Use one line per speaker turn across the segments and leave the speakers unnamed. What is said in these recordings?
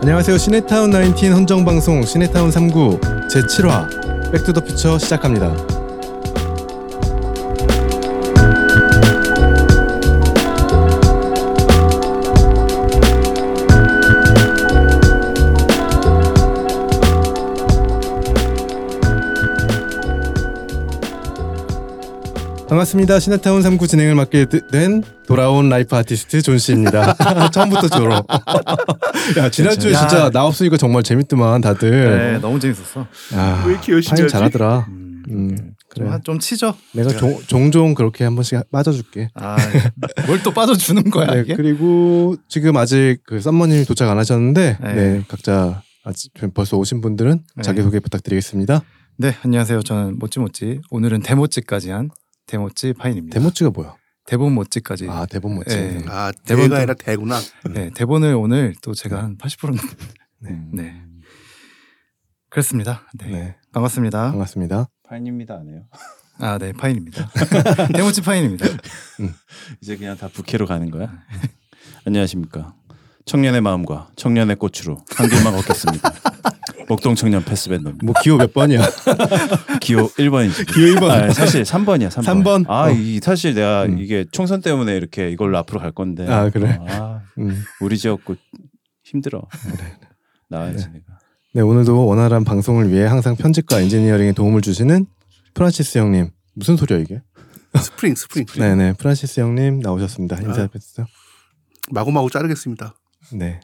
안녕하세요. 시네타운 19 헌정 방송 시네타운 3구 제 7화 백투더퓨처 시작합니다. 반갑습니다. 시네타운 3구 진행을 맡게 된 돌아온 라이프 아티스트 존 씨입니다. 처음부터 저로. 야, 지난주에
야.
진짜 나 없으니까 정말 재밌더만 다들.
네, 너무 재밌었어.
아,
왜 이렇게 열심히
파인
하지?
잘하더라.
음,
음, 그래.
좀, 좀 치죠.
내가 종, 종종 그렇게 한 번씩 빠져줄게.
아, 뭘 또 빠져주는 거야
네,
이게?
그리고 지금 아직 그 썸머님이 도착 안 하셨는데, 네,
네.
각자 아직 좀 벌써 오신 분들은
네.
자기소개 부탁드리겠습니다.
네, 안녕하세요. 저는 모찌모찌. 오늘은 대모찌까지 한 대모찌 파인입니다.
대모찌가 뭐야?
대본 모찌까지.
아, 대본 모찌.
네.
아
대본도-
대가 아니라 대구나.
네, 대본을 오늘 또 제가 한 80%는 네. 그렇습니다. 네,
음. 네,
반갑습니다.
반갑습니다.
파인입니다 안 해요.
아, 네, 파인입니다. 대모찌 파인입니다.
이제 그냥 다 부캐로 가는 거야. 안녕하십니까. 청년의 마음과 청년의 꽃으로 한 길만 걷겠습니다. 목동 청년 패스밴드입니다.
뭐 기호 몇 번이야?
기호 1번이지.
기호 1번.
아, 사실 3번이야. 3번.
삼 번?
아,
어.
이 사실 내가
음.
이게 총선 때문에 이렇게 이걸로 앞으로 갈 건데.
아, 그래?
아,
음.
우리 지역구 힘들어. 나와야지 내가.
네, 오늘도 원활한 방송을 위해 항상 편집과 엔지니어링에 도움을 주시는 프란시스 형님. 무슨 소리야 이게?
스프링 스프링.
네네, 프란시스 형님 나오셨습니다. 인사해 주세요.
마구마구 자르겠습니다.
네.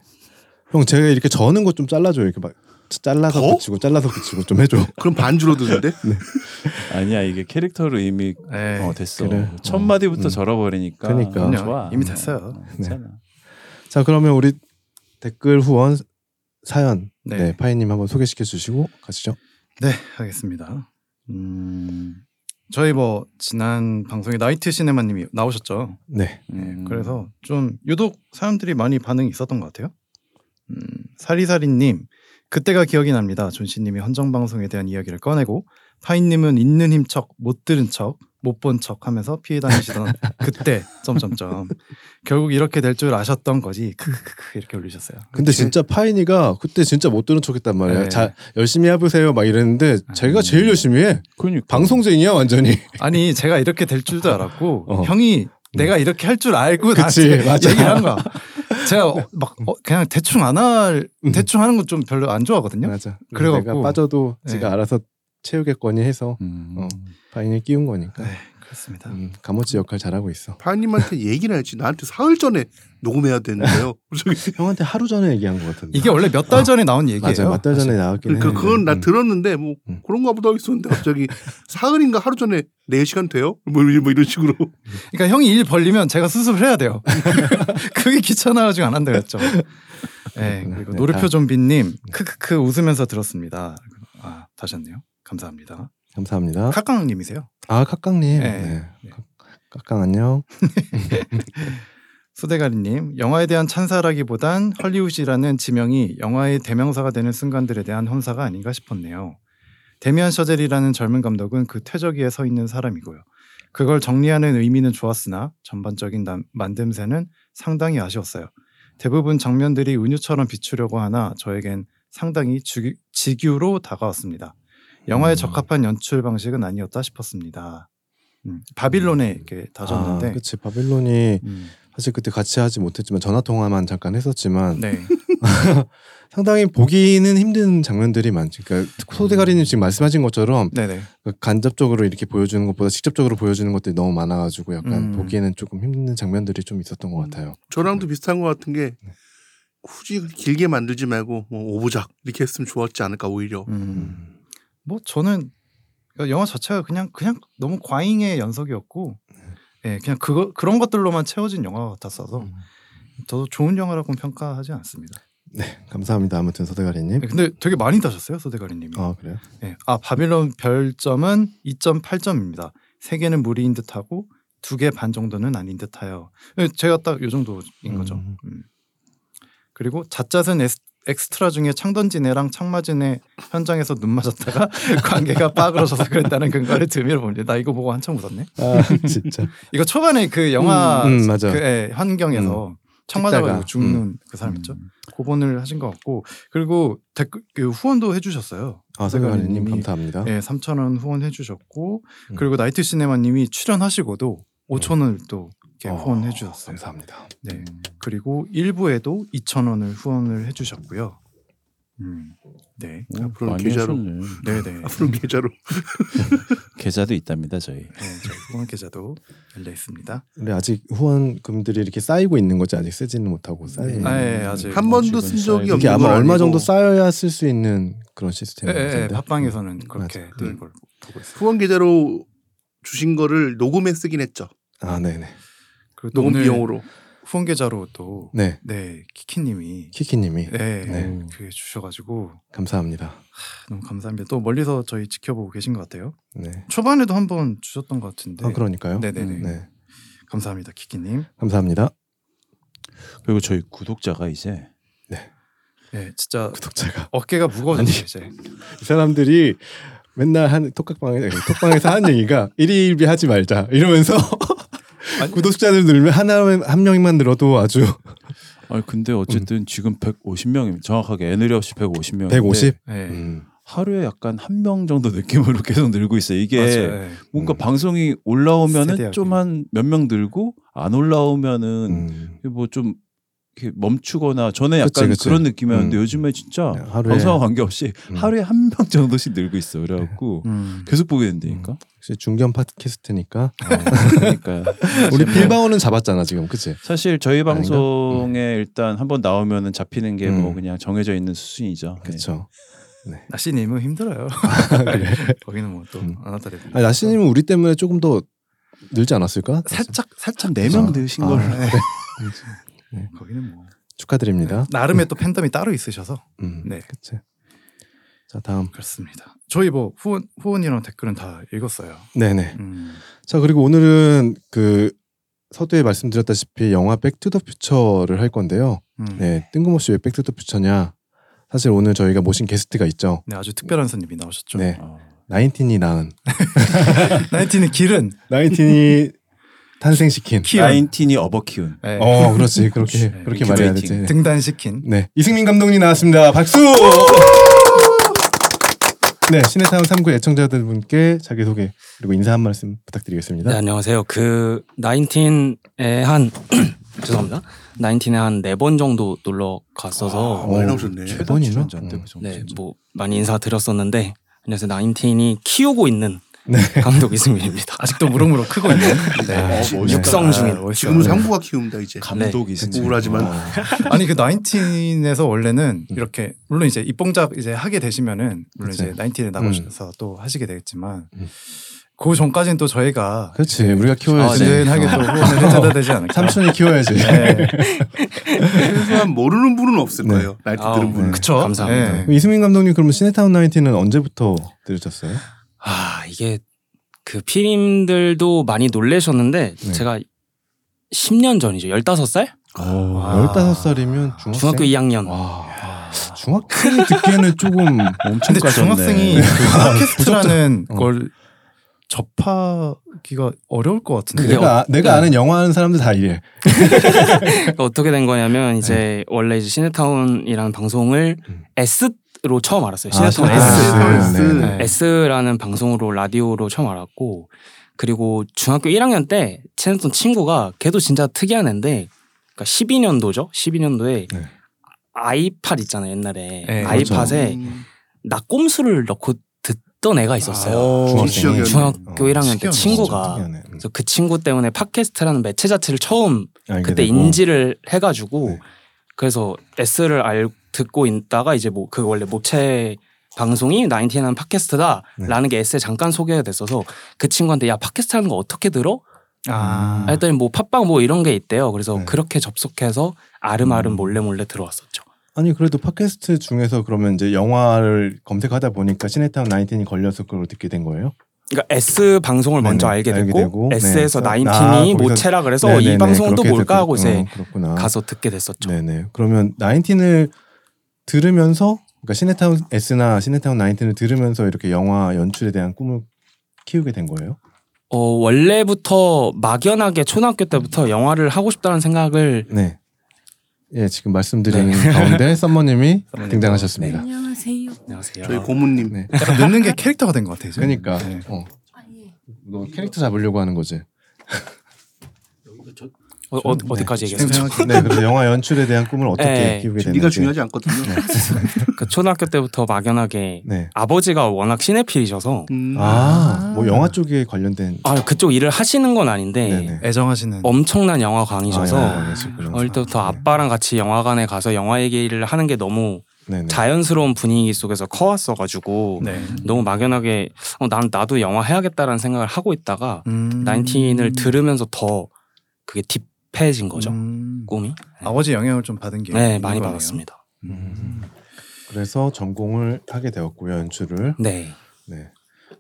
형 제가 이렇게 저는 거 좀 잘라줘요. 이렇게 막 잘라서
더?
붙이고 잘라서 붙이고 좀 해줘.
그럼 반 줄어드는데?
아니야, 이게 캐릭터로 이미
네.
어, 됐어.
그래.
첫 마디부터
음.
절어버리니까.
그러니까.
어,
그럼요.
좋아.
이미 됐어요.
어, 괜찮아.
자 그러면 우리 댓글 후원 사연 네.
네.
파이님 한번 소개시켜 주시고 가시죠.
네, 알겠습니다. 음, 저희 뭐 지난 방송에 나이트 시네마님이 나오셨죠.
네.
네,
음.
그래서 좀 유독 사람들이 많이 반응이 있었던 것 같아요. 음, 사리사리님, 그때가 기억이 납니다. 존씨님이 헌정방송에 대한 이야기를 꺼내고 파인님은 있는 힘척, 못 들은 척, 못 본 척 하면서 피해 다니시던 그때 점점점 결국 이렇게 될 줄 아셨던 거지 크크크크 이렇게 올리셨어요.
근데
그치?
진짜 파이니가 그때 진짜 못 들은 척했단 말이야.
네. 아.
자 열심히 해보세요 막 이랬는데 제가 제일 열심히 해.
그러니까.
방송쟁이야 완전히.
아니 제가 이렇게 될 줄도 알았고
어.
형이 내가 이렇게 할 줄 알고
그치,
나한테
맞아.
얘기한 거야. 제가 어, 막 어, 그냥 대충 안 할
음. 네.
대충 하는 거 좀 별로 안 좋아하거든요.
맞아.
그래갖고-
내가 빠져도 지가
네.
알아서 채우겠거니 해서
음.
어. 파인이 끼운 거니까.
네, 그렇습니다.
음, 감오지 역할 잘하고 있어.
파님한테 얘기를 했지. 나한테 사흘 전에 녹음해야 되는데요. 저기-
형한테 하루 전에 얘기한 것 같은데.
이게 원래 몇 달 전에 나온 얘기예요.
맞아 몇달 전에 나왔긴
그러니까
했는데.
그건 나
음.
들었는데 뭐
음.
그런가 보다 있었는데 갑자기 사흘인가 하루 전에 네 시간 돼요? 뭐, 이- 뭐 이런 식으로.
그러니까 형이 일 벌리면 제가 수습을 해야 돼요. 그게 귀찮아가지고 안 한다 그랬죠. 네, 그리고
네,
노르표
다-
좀비님 크크크 웃으면서 들었습니다. 아 다시 왔네요. 감사합니다.
감사합니다.
카카오님이세요.
아 카깡님.
네.
네.
네.
카- 카깡 안녕.
수대가리님, 영화에 대한 찬사라기보단 헐리우드라는 지명이 영화의 대명사가 되는 순간들에 대한 헌사가 아닌가 싶었네요. 데미안 셔젤이라는 젊은 감독은 그 퇴적위에 서 있는 사람이고요. 그걸 정리하는 의미는 좋았으나 전반적인 남- 만듦새는 상당히 아쉬웠어요. 대부분 장면들이 은유처럼 비추려고 하나 저에겐 상당히 주- 지규로 다가왔습니다. 영화에
음.
적합한 연출 방식은 아니었다 싶었습니다. 음, 바빌론에 이렇게 다졌는데.
아, 그치 바빌론이
음,
사실 그때 같이 하지 못했지만 전화 통화만 잠깐 했었지만
네.
상당히 보기는 힘든 장면들이 많죠. 그러니까 소대가리님 지금 말씀하신 것처럼
네네.
간접적으로 이렇게 보여주는 것보다 직접적으로 보여주는 것들이 너무 많아가지고 약간
음.
보기에는 조금 힘든 장면들이 좀 있었던 것 같아요.
저랑도 비슷한 것 같은 게 굳이 길게 만들지 말고 뭐 오보작 이렇게 했으면 좋았지 않을까 오히려.
음.
음.
뭐 저는 영화 자체가 그냥 그냥 너무 과잉의 연속이었고, 예, 그냥 그거 그런 것들로만 채워진 영화 같았어서
음.
저도 좋은 영화라고 평가하지 않습니다.
네 감사합니다. 아무튼 소대가리님.
예, 근데 되게 많이 다셨어요 소대가리님이.
아 그래요?
예. 아 바빌론 별점은 2.8점입니다. 세 개는 무리인 듯하고 두 개 반 정도는 아닌 듯하여. 예, 제가 딱 요 정도인 거죠.
음.
음. 그리고 잣잣은 에스- 엑스트라 중에 창던지네랑 창마진네 현장에서 눈 맞았다가 관계가 빠그러져서 그랬다는 근거를 드미로 봅니다. 이거 보고 한참 웃었네.
아 진짜.
이거 초반에 그 영화
음, 음, 맞아.
그 예, 환경에서 청마다가
찍다가.
이거 죽는
음.
그 사람 있죠. 고본을 하신 것 같고 그리고 댓글 그 후원도 해주셨어요.
아 선배님
선배님이-
감사합니다.
네, 3천 원 후원해 주셨고
아. 음.
그리고 나이트 시네마님이 출연하시고도 5천 원을 또 이렇게
어,
후원해 주셨어요.
감사합니다.
네, 그리고 일부에도 2천 원을 후원을 해주셨고요. 음, 네,
앞으로
많이
계좌로
하셨네.
네, 네.
앞으로 계좌로
계좌도 있답니다 저희.
네, 저희 후원 계좌도 열려 있습니다.
근데 아직 후원금들이 이렇게 쌓이고 있는 거지 아직 쓰지는 못하고 쌓이고. 있는
아, 예,
거지.
아직
음. 한 번도 쓴 적이 없는
이게 아마
건
얼마
아니고
정도 쌓여야 쓸 수 있는 그런 시스템인 것
예, 예,
같은데.
팟빵에서는 그렇게
맞아.
되는 걸 보고 있어요.
후원 계좌로 주신 거를 녹음에 쓰긴 했죠.
아 네네.
그리고 또
녹음
오늘
비용으로.
후원 계좌로 또
네
네, 키키님이
키키님이
네,
네.
그게 주셔가지고
감사합니다.
너무 감사합니다. 또 멀리서 저희 지켜보고 계신 것 같아요.
네.
초반에도 한 번 주셨던 것 같은데.
아 그러니까요.
네네네.
음,
네.
감사합니다, 키키님.
감사합니다.
그리고 저희 구독자가 이제
음. 네, 진짜
구독자가
어깨가 무거워졌어요
아니.
이제.
이 사람들이 맨날 한 톡방에 톡방에서 하는 얘기가 일일비 하지 말자 이러면서 구독자들 늘면 하나 한 명만 늘어도 아주
아니 근데 어쨌든 지금 150명입니다. 정확하게 애늘이 없이 150명.
150.
네.
음.
하루에 약간 한 명 정도 느낌으로 계속 늘고 있어요. 이게
맞아요. 네.
뭔가
음.
방송이
세대하게.
올라오면은 좀 한 몇 명 늘고 안 올라오면은
음.
뭐 좀 이렇게 멈추거나 전에 약간
그치, 그치.
그런 느낌이었는데
음.
요즘에 진짜
하루에
방송과 관계없이
음.
하루에 한 명 정도씩 늘고 있어.
뭐
그래갖고
음.
계속 보게 된다니까.
역시 중견 팟캐스트니까
그러니까
우리 빌바오는 잡았잖아 지금 그치?
사실 저희 방송에 일단 한번 나오면은 잡히는 게 뭐
음.
그냥 정해져 있는 수순이죠. 네.
그쵸.
나씨님은 힘들어요.
아, 그래.
거기는 뭐 또
음.
아나타리.
아니, 나씨님은 우리 때문에 조금 더 늘지 않았을까?
살짝 살짝 네명
아.
드신
아.
걸로
네.
거기는 뭐 네.
축하드립니다.
나름의 또 팬덤이 따로 있으셔서
음,
네.
그치. 자 다음.
그렇습니다. 저희 뭐 후원 후원이랑 댓글은 다 읽었어요.
네네.
음.
자 그리고 오늘은 그 서두에 말씀드렸다시피 영화 백투더퓨처를 할 건데요.
음. 네.
네, 뜬금없이 왜 백투더퓨처냐? 사실 오늘 저희가 모신 게스트가 있죠.
네, 아주 특별한 손님이 나오셨죠.
네,
어.
나인틴이 낳은
나이티는 길은
나인틴이 탄생시킨.
키운
나인틴이 어버 키운.
네.
어, 그렇지. 그렇게
네,
그렇게
큐레이팅.
말해야 되지.
등단시킨
네, 이승민 감독님 나왔습니다. 박수. 네, 신의타운 3구 애청자들 분께 자기 소개 그리고 인사 한 말씀 부탁드리겠습니다.
네, 안녕하세요. 그 나인틴에 한 죄송합니다. 나인틴에 한 네 번 정도 놀러
아,
갔어서
많이
어,
나오셨네.
최 번이나?
출연자인데 그 정도
네,
진짜.
뭐 많이 인사 드렸었는데 안녕하세요. 나인틴이 키우고 있는
네.
감독 이승민입니다.
아직도 무럭무럭 크고 있는
네.
지-
멋있다.
육성 중인
아, 멋있어요.
지금은 상부가 키웁니다 이제. 네.
감독이 있으니까.
우울하지만.
아니 그 나인틴에서 원래는
음.
이렇게 물론 이제 입봉작 이제 하게 되시면은 물론
그치.
이제 나인틴에 나오셔서 또 하시게 되겠지만
음.
그 전까지는 또 저희가 아, 네.
그렇지, 우리가 키워야지.
든든하게 또 후원을 해줘야 되지 않을까.
삼촌이 키워야지.
어. 네.
최소한 모르는 분은 없을
네.
거예요. 나이트
아우,
들은 분은.
네.
그쵸?
감사합니다.
네.
그럼 이승민 감독님 그러면 시네타운 나인틴은 언제부터 들으셨어요?
아 이게 그 피님들도 많이 놀래셨는데
네.
제가 10년 전이죠. 15살?
아.
어, 15살이면 중학생?
아. 중학교 2학년.
와, 중학생이 듣기에는 조금
엄청
근데
까졌네.
중학생이 그 팟캐스트라는
어.
걸 접하기가 어려울 것 같은데.
그래요?
내가, 내가 아는 영화 하는 사람들 다 이래.
그러니까 어떻게 된 거냐면 이제 원래 이제 시네타운이라는 방송을
음.
S로 처음 알았어요. 시네타운
아,
S.
시네타운
S.
네, 네.
네.
S라는 방송으로 라디오로 처음 알았고 그리고 중학교 1학년 때 친했던 친구가 걔도 진짜 특이한 애인데 그러니까 12년도죠. 12년도에
네. 그렇죠.
아이팟 있잖아요 옛날에
네,
아이팟에
음.
낙꼼수를 넣고 듣던 애가 있었어요.
아, 중학생이.
중학교
어,
1학년
신기하네,
때 친구가
특이하네. 음.
그래서 그 친구 때문에 팟캐스트라는 매체 자체를 처음
알게
그때
되고.
인지를 해가지고
네.
그래서 S를 알 듣고 있다가 이제 뭐 그 원래 모체 방송이 나인틴한
네.
팟캐스트다라는 게 S에 잠깐 소개가 됐어서 그 친구한테 야 팟캐스트 하는 거 어떻게 들어?
아.
음.
했더니 뭐 팟빵 뭐 이런 게 있대요. 그래서
네.
그렇게 접속해서 아름아름
음.
몰래 몰래 들어왔었죠.
아니 그래도 팟캐스트 중에서 그러면 이제 영화를 검색하다 보니까 시네타운 나인틴이 걸려서 그걸 듣게 된 거예요?
그러니까 S 방송을
네네,
먼저 알게
알게
됐고,
되고, 네.
S에서
아,
나인틴이
거기서-
모체라 그래서
네네네,
이 방송은 또
그렇게 어.
뭘까 하고
됐구나.
이제
그렇구나.
가서 듣게 됐었죠.
네네. 그러면 나인틴을 들으면서 그러니까 시네타운 S나 시네타운 나인틴을 들으면서 이렇게 영화 연출에 대한 꿈을 키우게 된 거예요?
어 원래부터 막연하게 초등학교 때부터 영화를 하고 싶다는 생각을
네. 예, 지금 말씀드린 가운데 썸머님이 네. 등장하셨습니다.
안녕하세요.
안녕하세요.
저희 고모님
네.
약간 늦는 게 캐릭터가 된 것 같아요. 이제.
그러니까
네.
어,
아, 예.
너 캐릭터 잡으려고 하는 거지.
어, 어, 어디까지
네.
얘기했어요?
네, 그래서 영화 연출에 대한 꿈을 어떻게
네.
키우게 되는지.
준비가 중요하지 않거든요.
그 초등학교 때부터 막연하게
네.
아버지가 워낙 시네필이셔서
음.
아, 뭐 영화 쪽에 관련된.
아 그쪽 일을 하시는 건 아닌데
네네.
애정하시는
엄청난 영화광이셔서
아, 영화 관련해서 그런
어릴 때부터
네.
아빠랑 같이 영화관에 가서 영화 얘기를 하는 게 너무
네네.
자연스러운 분위기 속에서 커왔어가지고
네.
너무 막연하게 어, 난 나도 영화 해야겠다라는 생각을 하고 있다가
음.
나인틴을 들으면서 더 그게 딥해진 거죠
음.
꿈이
아버지 영향을 좀 받은 게
네
있는
많이
거네요.
받았습니다
음. 그래서 전공을 하게 되었고요, 연출을.
네
네.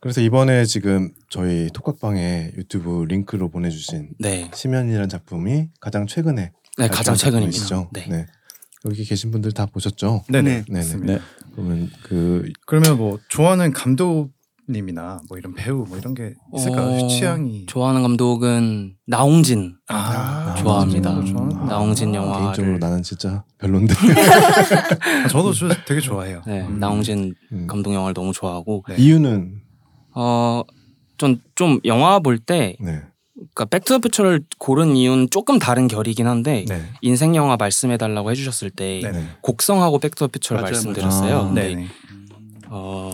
그래서 이번에 지금 저희 톡각방에 유튜브 링크로 보내주신
네.
심연이라는 작품이 가장 최근에
네, 가장
발표한
최근입니다
작품이시죠?
네.
네. 여기 계신 분들 다 보셨죠? 네네.
네네. 맞습니다.
네.
그러면 그
그러면 뭐 좋아하는 감독님이나 뭐 이런 배우 뭐 이런 게 있을까요?
어,
취향이
좋아하는 감독은 나홍진
아,
좋아합니다.
저도 좋아하는-
나홍진
아,
영화.
개인적으로
영화를-
나는 진짜 별론데.
아, 저도 저, 되게 좋아해요.
네,
음.
나홍진
음.
감독 영화를 너무 좋아하고
네.
이유는
어. 좀, 좀 영화 볼 때
네.
그러니까 백투더퓨처를 고른 이유는 조금 다른 결이긴 한데
네.
인생 영화 말씀해달라고 해주셨을 때
네.
네.
곡성하고 백투더퓨처를
맞아요,
말씀드렸어요.
맞아요. 아,
근데,
네네.
어,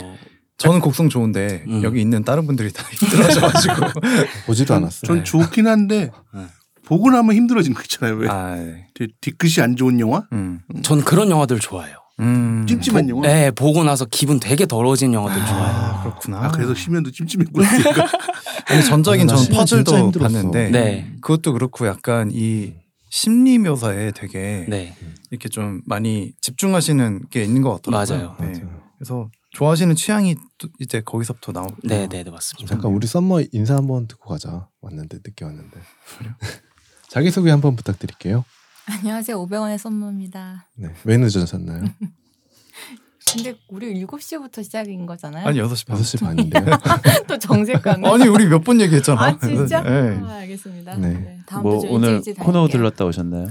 저는 곡성 좋은데
음.
여기 있는 다른 분들이 다 힘들어져가지고
보지도 않았어요.
전 좋긴 한데
네.
보고 나면 힘들어지는 거 있잖아요. 왜
아, 네.
뒤- 뒤끝이 안 좋은 영화?
음.
전 그런 영화들 좋아해요.
음.
찜찜한 영화?
네, 보고 나서 기분 되게 더러워진 영화들 좋아해요.
아, 그렇구나.
아 그래서 심연도 찜찜했구나. 그러니까.
아니, 전작인
아, 나 심연
저는
진짜
퍼즐도
힘들었어.
봤는데
네.
그것도 그렇고 약간 이 심리 묘사에 되게
네,
이렇게 좀 많이 집중하시는 게 있는 것 같더라고요.
맞아요.
네. 그래서 좋아하시는 취향이 또 이제 거기서부터 나오.
네, 네, 네 맞습니다.
잠깐 우리 썸머 인사 한번 듣고 가자. 왔는데 늦게 왔는데. 자기 소개 한번 부탁드릴게요.
안녕하세요. 500원의 썸머입니다.
네. 왜 늦으셨나요?
근데 우리 7시부터 시작인 거잖아요.
아니 6시 반.
5시 반인데요.
또 정색하네.
아니 우리 몇 번 얘기했잖아.
아 진짜?
네.
아, 알겠습니다.
네.
네. 다음
뭐
주에
오늘
일찍
코너
다닐게요.
들렀다 오셨나요?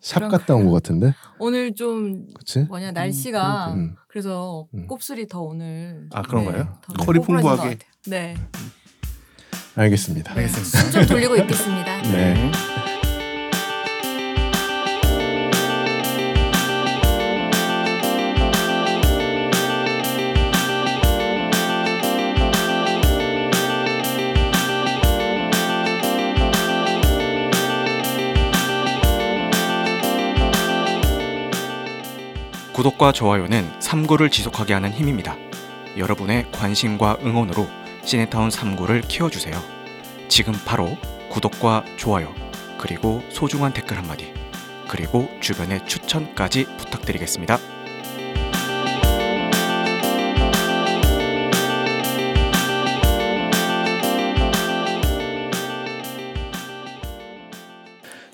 샵 갔다 온 것 같은데.
오늘 좀
그렇지?
뭐냐 날씨가
음.
그래서
음.
곱슬이 더 오늘 네,
아, 그런가요?
더
컬이
꼬부라진 것
풍부하게.
같아요. 네.
알겠습니다.
알겠습니다.
숨좀 돌리고 있겠습니다.
네.
구독과 좋아요는 3구를 지속하게 하는 힘입니다. 여러분의 관심과 응원으로 시네타운 3구를 키워주세요. 지금 바로 구독과 좋아요, 그리고 소중한 댓글 한마디, 그리고 주변의 추천까지 부탁드리겠습니다.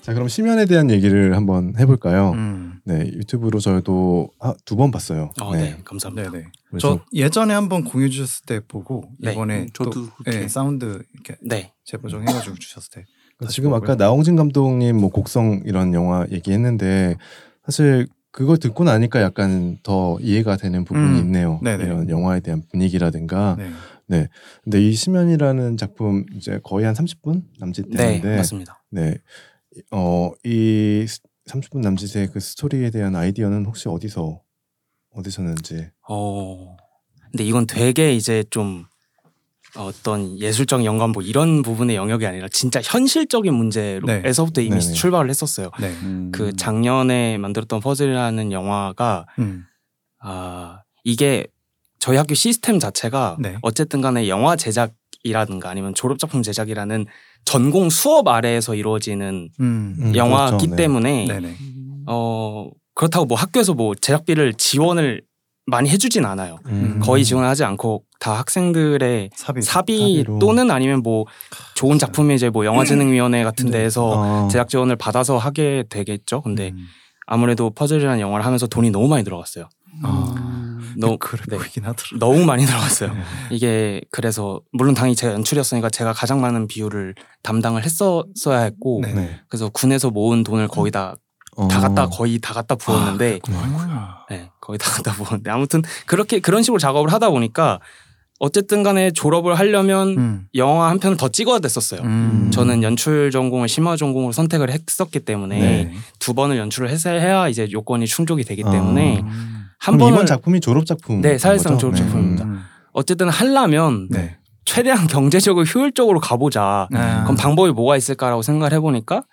자 그럼 심연에 대한 얘기를 한번 해볼까요?
음.
네 유튜브로 저도 아, 두 번 봤어요.
어, 네. 감사합니다.
음. 네네.
그래서
저 예전에 한번 공유 주셨을 때 보고
네.
이번에
음, 저도
또
그렇게.
예, 사운드 이렇게
네,
재보정 해가지고 주셨을 때. 다시
그 지금
보고요.
아까 나홍진 감독님 뭐 곡성 이런 영화 얘기했는데 사실 그걸 듣고 나니까 약간 더 이해가 되는 부분이
음.
있네요.
네네.
이런 영화에 대한 분위기라든가.
네.
근데 이 심연이라는 작품 이제 거의 한 30분 남짓
네,
되는데
맞습니다.
네. 어, 이 30분 남짓의 그 스토리에 대한 아이디어는 혹시 어디서 얻으셨는지.
어. 근데 이건 되게 이제 좀 어떤 예술적 연관 뭐 이런 부분의 영역이 아니라 진짜 현실적인 문제에서부터 이미
네네.
출발을 했었어요.
네.
음.
그 작년에 만들었던 퍼즐이라는 영화가
음.
아 이게 저희 학교 시스템 자체가
네.
어쨌든 간에 영화 제작이라든가 아니면 졸업 작품 제작이라는 전공 수업 아래에서 이루어지는
음.
음,
영화기
그렇죠. 네.
때문에
네네.
어 그렇다고 뭐 학교에서 뭐 제작비를 지원을 많이 해주진 않아요.
음.
거의 지원하지 않고 다
네,
학생들의
사비.
사비
사비로.
또는 아니면 뭐 좋은 작품이 이제 뭐 영화진흥위원회 같은 데에서
아,
제작 지원을 받아서 하게 되겠죠. 근데
음.
아무래도 퍼즐이라는 영화를 하면서 돈이 너무 많이 들어갔어요.
아.
너무
그래
네.
보이긴 하더라.
너무 많이 들어갔어요. 이게 그래서 물론 당연히 제가 연출이었으니까 제가 가장 많은 비율을 담당을 했었어야 했고
네.
네.
그래서 군에서 모은 돈을 거의 다,
어.
다 갖다 거의 다 갖다 부었는데
아이고야.
네, 거의 다 갖다 부었는데 아무튼 그렇게 그런 식으로 작업을 하다 보니까 어쨌든 간에 졸업을 하려면
음.
영화 한 편을 더 찍어야 됐었어요.
음.
저는 연출 전공을 심화 전공으로 선택을 했었기 때문에
네.
두 번을 연출을 해서 해야 이제 요건이 충족이 되기 때문에
음.
한
그럼 이번
번을
작품이 졸업 작품.
네, 사실상
음.
졸업 작품입니다. 어쨌든 하려면
네.
최대한 경제적으로 효율적으로 가보자.
아.
그럼 방법이 뭐가 있을까라고 생각을 해보니까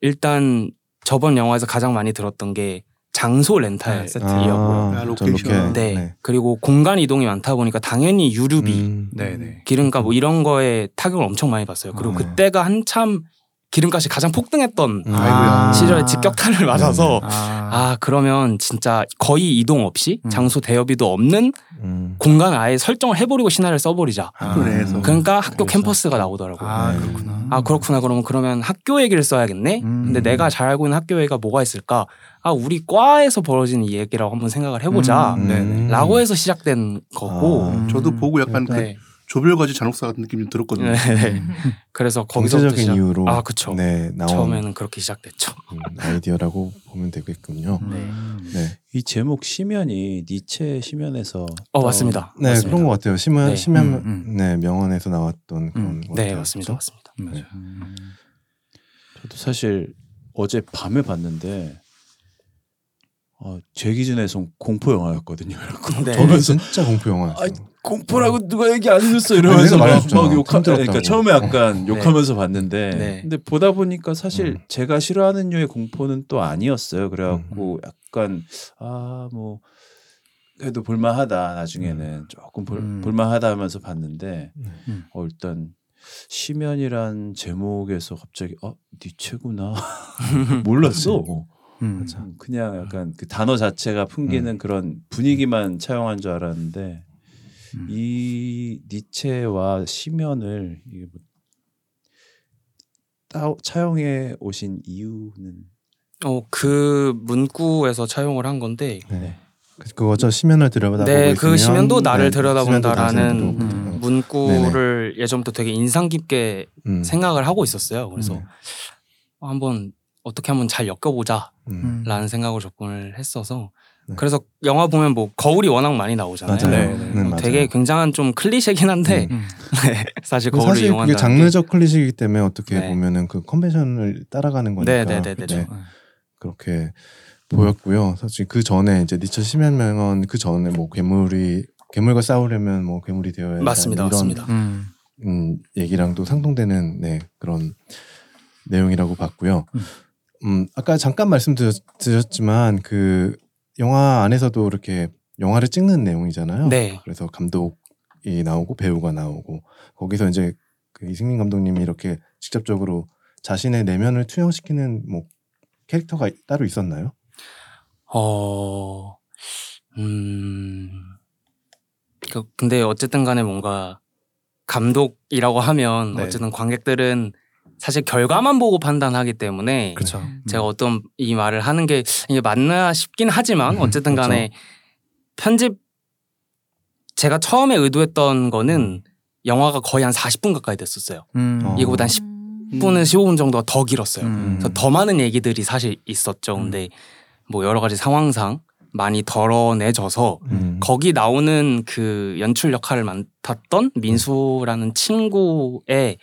일단 저번 영화에서 가장 많이 들었던 게 장소 렌탈
네.
세트이었고요.
아,
저
로케이션.
네. 그리고 공간 이동이 많다 보니까 당연히 유류비,
음.
네네.
기름값 뭐 이런 거에 타격을 엄청 많이 봤어요. 그리고
아, 네.
그때가 한참 기름값이 가장 폭등했던
음.
아.
시절에 직격탄을 맞아서
아.
아 그러면 진짜 거의 이동 없이
음.
장소 대여비도 없는
음.
공간 아예 설정을 해버리고 시나리오를 써버리자.
학교 내에서.
그러니까
그래서.
학교 캠퍼스가 나오더라고요.
아,
네.
그렇구나.
아 그렇구나 그러면 그러면 학교 얘기를 써야겠네
음.
근데 내가 잘 알고 있는 학교 얘기가 뭐가 있을까 아 우리 과에서 벌어지는 이 얘기라고 한번 생각을 해보자
음. 네네.
라고 해서 시작된 거고
음.
아.
저도 보고 약간 그
네.
조별과제 잔혹사 같은 느낌이 좀 들었거든요. 음,
네. 그래서 거기서부터
경제적인
시작
이유로
아 그쵸
네, 나온
처음에는 그렇게 시작됐죠
음, 아이디어라고 보면 되겠군요.
음.
네,
이 제목 시면이 니체 시면에서
어 맞습니다
네
맞습니다.
그런 것 같아요. 심한
네.
심한
음, 음.
네 명언에서 나왔던 그런
음,
것
네
같아요.
맞습니다 맞습니다
음.
맞아요.
네.
저도 사실 어제 밤에 봤는데 어, 제 기준에선 공포 영화였거든요. 그래갖고
네.
저는 진짜 공포 영화.
아이, 공포라고 누가 얘기 안 해줬어
내가
이러면서 막,
말해줬잖아.
막 욕하,
힘들었다고.
그러니까 처음에 약간 욕하면서 봤는데
네.
근데 보다 보니까 사실
음.
제가 싫어하는 류의 공포는 또 아니었어요
음.
그래갖고 약간 아 뭐 그래도 볼만하다 나중에는 조금 볼,
음.
볼만하다 하면서 봤는데
네.
음.
어, 일단 시면이란 제목에서 갑자기 어 니체구나 몰랐어
음.
음, 그냥 약간 그 단어 자체가 풍기는 그런 분위기만 차용한 줄 알았는데
음.
이 니체와 시면을 이게 뭐 따, 차용해 오신 이유는
어 그 문구에서 차용을 한 건데
네. 그- 그거 저 시면을 들여다보고
네, 그
있으면
시면도 나를
네,
들여다본다라는
시면도 나를
음.
들여다보고
문구를 예전부터 되게 인상 깊게
음.
생각을 하고 있었어요 그래서
네.
한번 어떻게 한번 잘 엮어보자
음.
라는 생각으로 접근을 했어서
네.
그래서 영화 보면 뭐 거울이 워낙 많이 나오잖아요.
맞아요.
네,
네,
어,
맞아요.
되게 굉장한 좀 클리셰긴 한데
음.
네, 사실
근데
거울을
사실 그게
이용한다는
장르적 클리셰이기 때문에 어떻게
네.
보면은 그 컨벤션을 따라가는 거니까
네, 네, 네, 네, 네.
그렇게 보였고요. 사실 그 전에 이제 니처 심연 명언 그 전에 뭐 괴물이 괴물과 싸우려면 뭐 괴물이 되어야
게
한다
맞습니다,
이런
맞습니다.
음.
음, 얘기랑도 상통되는 네, 그런 내용이라고 봤고요.
음.
음, 아까 잠깐 말씀드렸지만 그 영화 안에서도 이렇게 영화를 찍는 내용이잖아요.
네,
그래서 감독이 나오고 배우가 나오고 거기서 이제 그 이승민 감독님이 이렇게 직접적으로 자신의 내면을 투영시키는 뭐 캐릭터가 따로 있었나요?
어, 음, 그- 근데 어쨌든간에 뭔가 감독이라고 하면
네.
어쨌든 관객들은 사실 결과만 보고 판단하기 때문에
그렇죠.
제가 어떤 이 말을 하는 게 이게 맞나 싶긴 하지만
음,
어쨌든
그렇죠.
간에 편집 제가 처음에 의도했던 거는 영화가 거의 한 40분 가까이 됐었어요.
음.
어.
이거보단
음.
10분은 15분 정도가 더 길었어요.
음.
그래서 더 많은 얘기들이 사실 있었죠. 근데 뭐 여러 가지 상황상 많이 덜어내져서
음.
거기 나오는 그 연출 역할을 맡았던 민수라는 친구의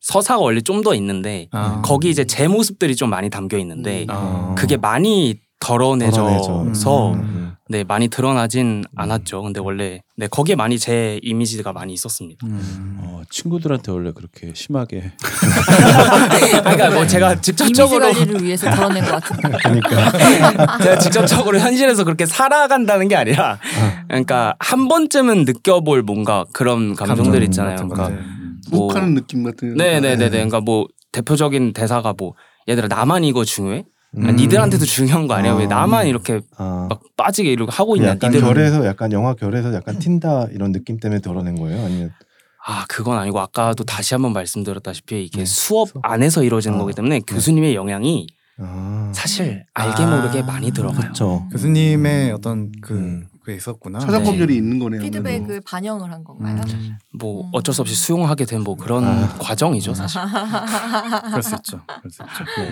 서사가 원래 좀 더 있는데
아.
네, 거기 이제 제 모습들이 좀 많이 담겨 있는데
아.
그게 많이 음. 덜어내져서
음, 음.
네 많이 드러나진 않았죠. 근데 원래 네 거기에 많이 제 이미지가 많이 있었습니다.
음.
어, 친구들한테 원래 그렇게 심하게
그러니까 뭐 제가
이미지
직접적으로
관리를 위해서 덜어낸 것
네,
같은데.
그러니까.
제가 직접적으로 현실에서 그렇게 살아간다는 게 아니라 그러니까 한 번쯤은 느껴볼 뭔가 그런 감정들 있잖아요.
같은
그러니까
건데. 음.
뭐-
욱하는 느낌 같은.
네네네네. 그러니까 뭐 대표적인 대사가 뭐 얘들아 나만 이거 중요해? 아니,
음.
니들한테도 중요한 거 아니야? 왜 나만 이렇게
아.
막 빠지게 이러고 하고 있냐?
약간
니들은
결에서 약간 영화 결에서 약간 튄다 이런 느낌 때문에 덜어낸 거예요? 아니면
아 그건 아니고 아까도 다시 한번 말씀드렸다시피 이게
네,
수업
수업.
안에서 이루어지는
아,
거기 때문에 교수님의 영향이
아,
사실 알게
아,
모르게 많이 들어가요.
그렇죠.
교수님의 어떤 그
음.
그게 있었구나.
사전법률이
네.
있는 거네요.
피드백을
아무래도.
반영을 한 건가요?
음,
뭐
음.
어쩔 수 없이 수용하게 된 뭐 그런
아.
과정이죠 사실.
그럴 수 있죠. 네. 그럴 수 있죠.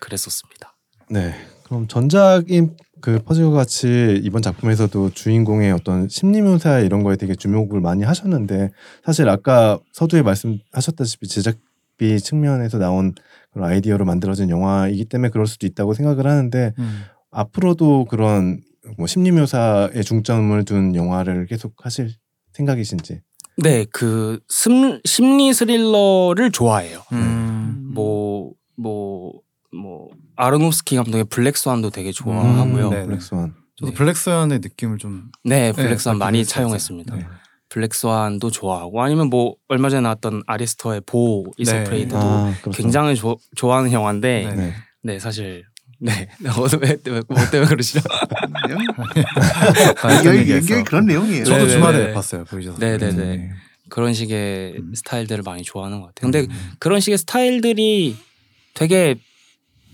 그랬었습니다.
네. 그럼 전작인 그 퍼즐과 같이 이번 작품에서도 주인공의 어떤 심리 묘사 이런 거에 되게 주목을 많이 하셨는데 사실 아까 서두에 말씀하셨다시피 제작비 측면에서 나온 그런 아이디어로 만들어진 영화이기 때문에 그럴 수도 있다고 생각을 하는데
음.
앞으로도 그런 뭐 심리 묘사에 중점을 둔 영화를 계속 하실 생각이신지
네, 그 심, 심리 스릴러를 좋아해요.
음.
뭐, 뭐, 뭐, 아르노스키 감독의 블랙스완도 되게 좋아하고요.
음,
네. 네네.
블랙스완.
저도
네.
블랙스완의 느낌을 좀
네,
네,
블랙스완 많이
그렇게
차용했습니다.
했었어요.
블랙스완도 좋아하고 아니면 뭐 얼마 전에 나왔던 아리스터의 보호
네.
이스프레이드도
아, 그렇죠.
굉장히 조- 좋아하는 영화인데
네.
네,
네.
사실 네, 어왜 때문에 뭐 때문에 그러시죠?
다 했던
연결,
얘기에서.
연결이 그런 내용이에요.
아, 저도
네네네.
주말에 봤어요. 보이셔서.
네네네.
음.
그런 식의 스타일들을 많이 좋아하는 것 같아요. 근데
음.
그런 식의 스타일들이 되게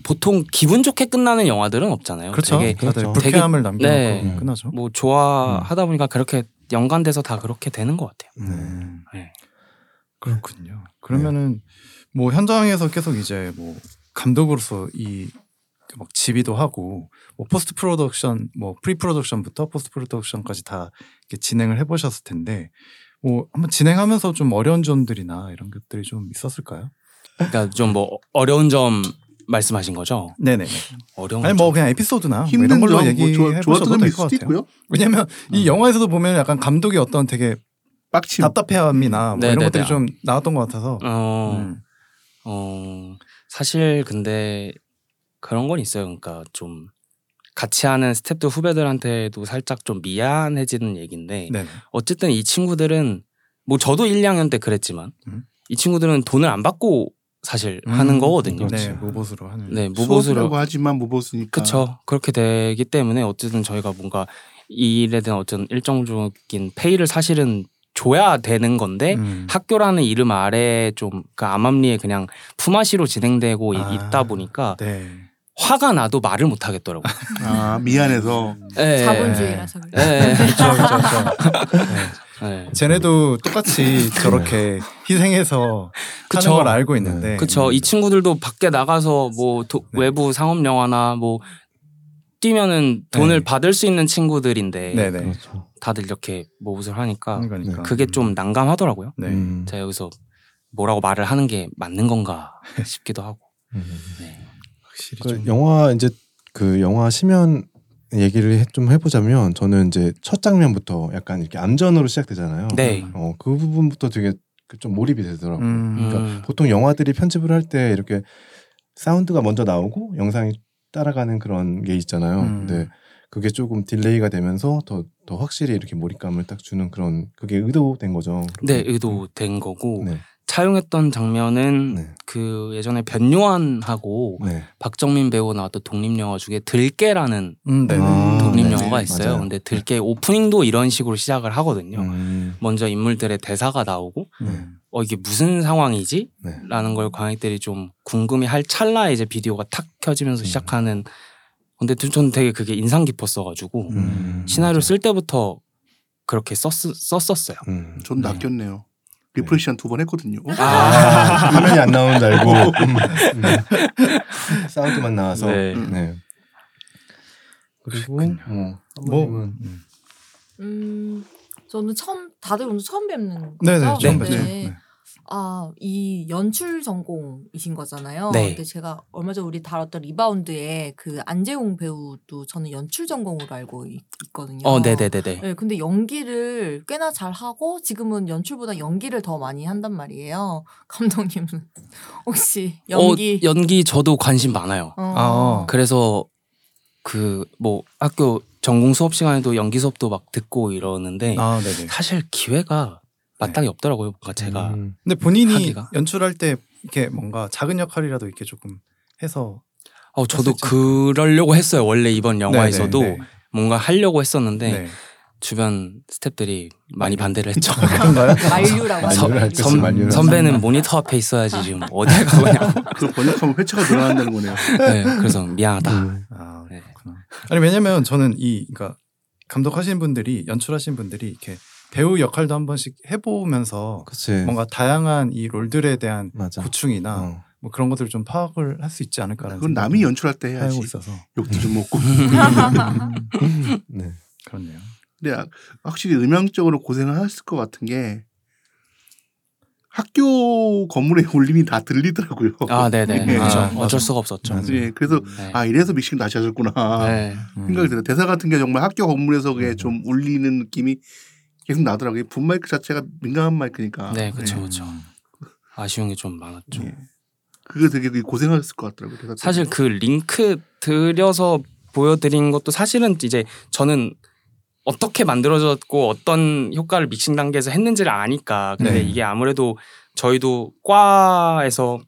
보통 기분 좋게 끝나는 영화들은 없잖아요.
그렇죠.
되게
다들
그렇죠.
불쾌함을 남겨놓고
네.
끝나죠.
뭐 좋아하다 보니까 그렇게 연관돼서 다 그렇게 되는 것 같아요.
네.
음.
네.
그렇군요. 그러면은 뭐 현장에서 계속 이제 뭐 감독으로서 이막 지휘도 하고 뭐 포스트 프로덕션, 뭐 프리 프로덕션부터 포스트 프로덕션까지 다 이렇게 진행을 해보셨을 텐데 뭐 한번 진행하면서 좀 어려운 점들이나 이런 것들이 좀 있었을까요?
그러니까 좀 뭐 어려운 점 말씀하신 거죠.
네네.
어려운
아니
점.
뭐 그냥 에피소드나 뭐
힘든
이런 걸로
점, 뭐
얘기해
좋아,
보셔도
좋았던 점이
될
있을
것
수도
같아요.
있고요. 음.
왜냐면 이 영화에서도 보면 약간 감독의 어떤 되게
빡침.
답답해함이나 뭐 이런
네네네.
것들이 좀 나왔던 것 같아서
어,
음.
어, 사실 근데 그런 건 있어요. 그러니까 좀 같이 하는 스태프들 후배들한테도 살짝 좀 미안해지는 얘기인데
네네.
어쨌든 이 친구들은 뭐 저도 1, 2학년 때 그랬지만
음.
이 친구들은 돈을 안 받고 사실
음,
하는 거거든요.
네, 로봇으로 하는.
네,
무보수라고
무보수로
하지만 무보수니까.
그쵸 그렇게 되기 때문에 어쨌든 저희가 뭔가 이 일에 대한 어떤 일정적인 페이를 사실은 줘야 되는 건데
음.
학교라는 이름 아래 좀 그 암암리에 그냥 품앗이로 진행되고 이-
아.
있다 보니까
네.
화가 나도 말을 못 하겠더라고. 요 네.
아 미안해서
음.
자본주의라서 그래요.
예.
그렇죠, 그렇죠.
예, 예.
쟤네도 똑같이
네.
저렇게 희생해서
그쵸.
하는 걸 알고 있는데.
그쵸. 이 친구들도 밖에 나가서 뭐 도-
네.
외부 상업 영화나 뭐 뛰면은 돈을
네.
받을 수 있는 친구들인데
네네. 음.
그렇죠.
다들 이렇게 모옷을 하니까
하는 거니까.
그게 좀 난감하더라고요.
네.
네. 음.
제가 여기서 뭐라고 말을 하는 게 맞는 건가 싶기도 하고.
음.
네.
확실히
그
좀.
영화 이제 그 영화 심연 얘기를 해- 좀 해보자면 저는 이제 첫 장면부터 약간 이렇게 암전으로 시작되잖아요.
네.
어 그 부분부터 되게 그좀 몰입이 되더라고요.
음.
음.
보통 영화들이 편집을 할 때 이렇게 사운드가 먼저 나오고 영상이 따라가는 그런 게 있잖아요.
음.
근데 그게 조금 딜레이가 되면서 더 더 확실히 이렇게 몰입감을 딱 주는 그런 그게 의도된 거죠.
네, 의도된 거고
음. 네.
차용했던 장면은
네.
그 예전에 변요한하고
네.
박정민 배우 나왔던 독립 영화 중에 들깨라는
음, 네네.
아,
독립
네.
영화가 있어요.
맞아요.
근데 들깨 오프닝도 이런 식으로 시작을 하거든요.
음.
먼저 인물들의 대사가 나오고
네.
어 이게 무슨 상황이지?
네.
라는 걸 관객들이 좀 궁금해 할 찰나에 이제 비디오가 탁 켜지면서
음.
시작하는 근데 저는 되게 그게 인상 깊었어 가지고
음.
시나리오
맞아요.
쓸 때부터 그렇게 썼, 썼었어요.
음.
전
네.
낚였네요. 리프레시한 두 번 했거든요.
아, 화면이 안 나오는 줄 알고 음, 음. 사운드만 나와서
네.
네. 그리고 뭐,
뭐.
한번님은
음.
음, 저는 처음 다들 오늘 처음 뵙는 거죠?
네네. 처음
네.
뵀죠.
네.
네.
아, 이 연출 전공이신 거잖아요.
네.
근데 제가 얼마 전 우리 다뤘던 리바운드에 그 안재홍 배우도 저는 연출 전공으로 알고 있, 거든요
어, 네, 네, 네, 네.
네, 근데 연기를 꽤나 잘 하고 지금은 연출보다 연기를 더 많이 한단 말이에요. 감독님은 혹시 연기 어.
어, 연기 저도 관심 많아요.
아.
그래서 그 뭐 학교 전공 수업 시간에도 연기 수업도 막 듣고 이러는데
아, 네네.
사실 기회가 마땅히 없더라고요. 뭔가 제가
네. 음,
근데 본인이
하기가.
연출할 때 이렇게 뭔가 작은 역할이라도 이렇게 조금 해서
어 저도
했었죠.
그러려고 했어요. 원래 이번 영화에서도
네네, 네.
뭔가 하려고 했었는데
네.
주변 스태프들이 많이 반대를 했죠.
그런가요?
그러니까 만류라고
서-
하죠, 만류.
선- 만류라고 선-
선배는 모니터 앞에 있어야지 지금 어딜 가냐.
그 번역하면 회차가 늘어난다는 거네요.
네, 그래서 미안하다.
음.
아
네.
그렇구나. 아니 왜냐면 저는 이 그러니까 감독하신 분들이 연출하신 분들이 이렇게 배우 역할도 한 번씩 해보면서
그치.
뭔가 다양한 이 롤들에 대한
맞아.
고충이나
네. 어.
뭐 그런 것들을 좀 파악을 할 수 있지 않을까라는
그건
생각이
남이 연출할 때 해야지
하고 있어서
욕도 좀 먹고.
네.
그렇네요.
근데 아- 확실히 음향적으로 고생을 했을 것 같은 게 학교 건물의 울림이 다 들리더라고요.
아, 네네.
네.
그렇죠.
아,
어쩔 수가 없었죠.
맞아.
예, 그래서
네.
아 이래서 믹싱 다시 하셨구나
아,
네.
생각이 들어요. 대사 같은 게 정말 학교 건물에서
음.
그게 좀 울리는 느낌이 계속 나더라고요. 분 마이크 자체가 민감한
아,
마이크니까.
네, 그렇죠,
예.
그렇죠. 아쉬운 게 좀
네.
많았죠.
예. 그게 되게 고생하셨을 것 같더라고요. 대사 때문에.
사실 그 링크 들여서 보여드린 것도 사실은 이제 저는 어떻게 만들어졌고 어떤 효과를 믹싱 단계에서 했는지를 아니까 근데
네.
이게 아무래도 저희도 과에서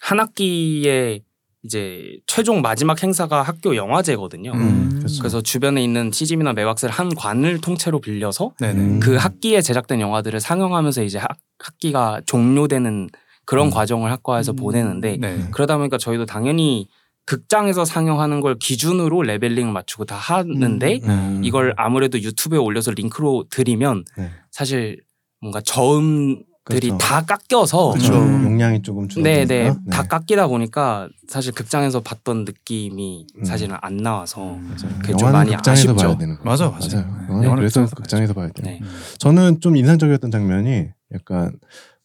한 학기에 이제 최종 마지막 행사가 학교 영화제거든요.
음,
음.
그렇죠.
그래서 주변에 있는 시집이나 매왁스를 한 관을 통째로 빌려서
네네.
음.
그 학기에 제작된 영화들을 상영하면서 이제 학, 학기가 종료되는 그런
음.
과정을 학과에서
음.
보내는데
네.
그러다 보니까 저희도 당연히 극장에서 상영하는 걸 기준으로 레벨링을 맞추고 다 하는데
음.
이걸 아무래도 유튜브에 올려서 링크로 드리면
네.
사실 뭔가 저음들이
그렇죠.
다 깎여서
그렇죠.
음. 용량이 조금 줄어드니까.
네네 다 깎이다 보니까 사실 극장에서 봤던 느낌이
음.
사실은 안 나와서
맞아요.
그게 좀
영화는
많이
극장에서
아쉽죠.
봐야 되는 거예요.
맞아, 맞아요. 네.
영화는
영화는
그래서
극장에서
극장에서 봐야 돼요.
네.
저는 좀 인상적이었던 장면이 약간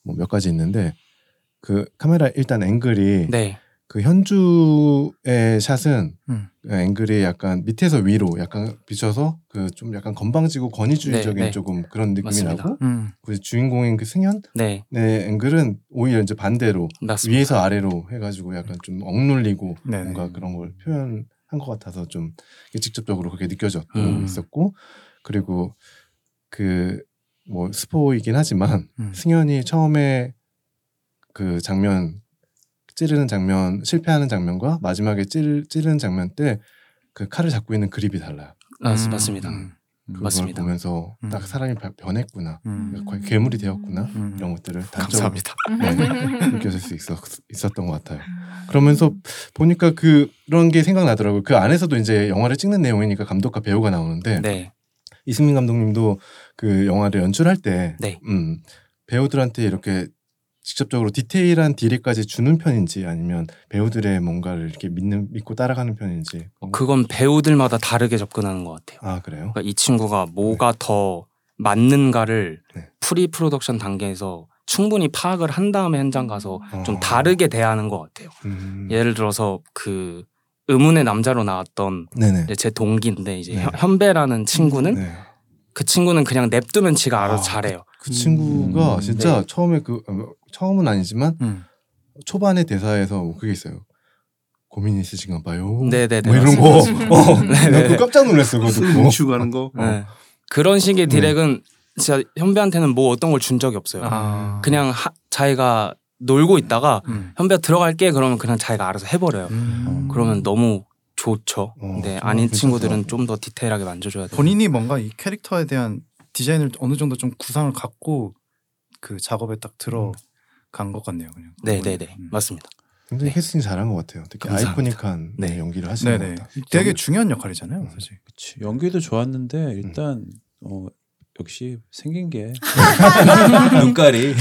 뭐 몇 가지 있는데 그 카메라 일단 앵글이
네.
그 현주의 샷은
음.
그 앵글이 약간 밑에서 위로 약간 비춰서 그 좀 약간 건방지고 권위주의적인
네, 네.
조금 그런 느낌이
맞습니다.
나고
음.
그 주인공인 그 승현의
네.
앵글은 오히려 이제 반대로
맞습니다.
위에서 아래로 해가지고 약간 좀 억눌리고
네네.
뭔가 그런 걸 표현한 것 같아서 좀 이게 직접적으로 그게
음.
느껴졌었고 그리고 그 뭐 스포이긴 하지만
음.
승현이 처음에 그 장면 찌르는 장면 실패하는 장면과 마지막에 찌르, 찌르는 장면 때 그 칼을 잡고 있는 그립이 달라요.
아, 맞- 맞습니다.
음.
그걸
맞습니다.
보면서
음.
딱 사람이 바- 변했구나,
음.
거의 괴물이 되었구나
음.
이런 것들을 단적으로
감사합니다.
느껴질 수 있었, 있었던 것 같아요. 그러면서 보니까 그런 게 생각나더라고요. 그 안에서도 이제 영화를 찍는 내용이니까 감독과 배우가 나오는데
네.
이승민 감독님도 그 영화를 연출할 때
네.
음, 배우들한테 이렇게 직접적으로 디테일한 딜까지 주는 편인지 아니면 배우들의 뭔가를 이렇게 믿는 믿고 따라가는 편인지
그건 배우들마다 다르게 접근하는 것 같아요.
아 그래요?
그러니까 이 친구가 뭐가 더 맞는가를
네.
프리 프로덕션 단계에서 충분히 파악을 한 다음에 현장 가서 좀
어.
다르게 대하는 것 같아요.
음.
예를 들어서 그 의문의 남자로 나왔던
네네.
이제 제 동기인데 이제
네.
현- 현배라는 친구는
네.
그 친구는 그냥 냅두면 지가 알아서
아,
잘해요.
그 친구가
음.
진짜
네.
처음에 그 어, 처음은 아니지만
음.
초반의 대사에서 뭐 그게 있어요. 고민 있으신가 봐요.
네네네. 음.
뭐 이런 거. 어. 나그 깜짝 놀랐어 그거
쓱
듣고.
뭉치고 가는 거.
네. 그런 식의 디렉은 진짜 현배한테는 뭐 어떤 걸 준 적이 없어요.
아.
그냥 하- 자기가 놀고 있다가
음.
현배야 들어갈게 그러면 그냥 자기가 알아서 해버려요.
음.
어, 그러면 너무 좋죠.
어,
근데
정말
아닌
괜찮더라고요.
친구들은 좀 더 디테일하게 만져줘야 돼요.
본인이 뭔가 이 캐릭터에 대한 디자인을 어느 정도 좀 구상을 갖고 그 작업에 딱 들어간 것 같네요. 그냥.
네네네
음.
맞습니다.
굉장히 캐스팅 잘한 것 같아요. 되게
감사합니다.
아이코닉한
네.
연기를 하시는
네네.
것 같아요.
되게
저는-
중요한
음.
역할이잖아요, 사실.
그치. 연기도 좋았는데 일단 어, 역시 생긴 게 눈깔이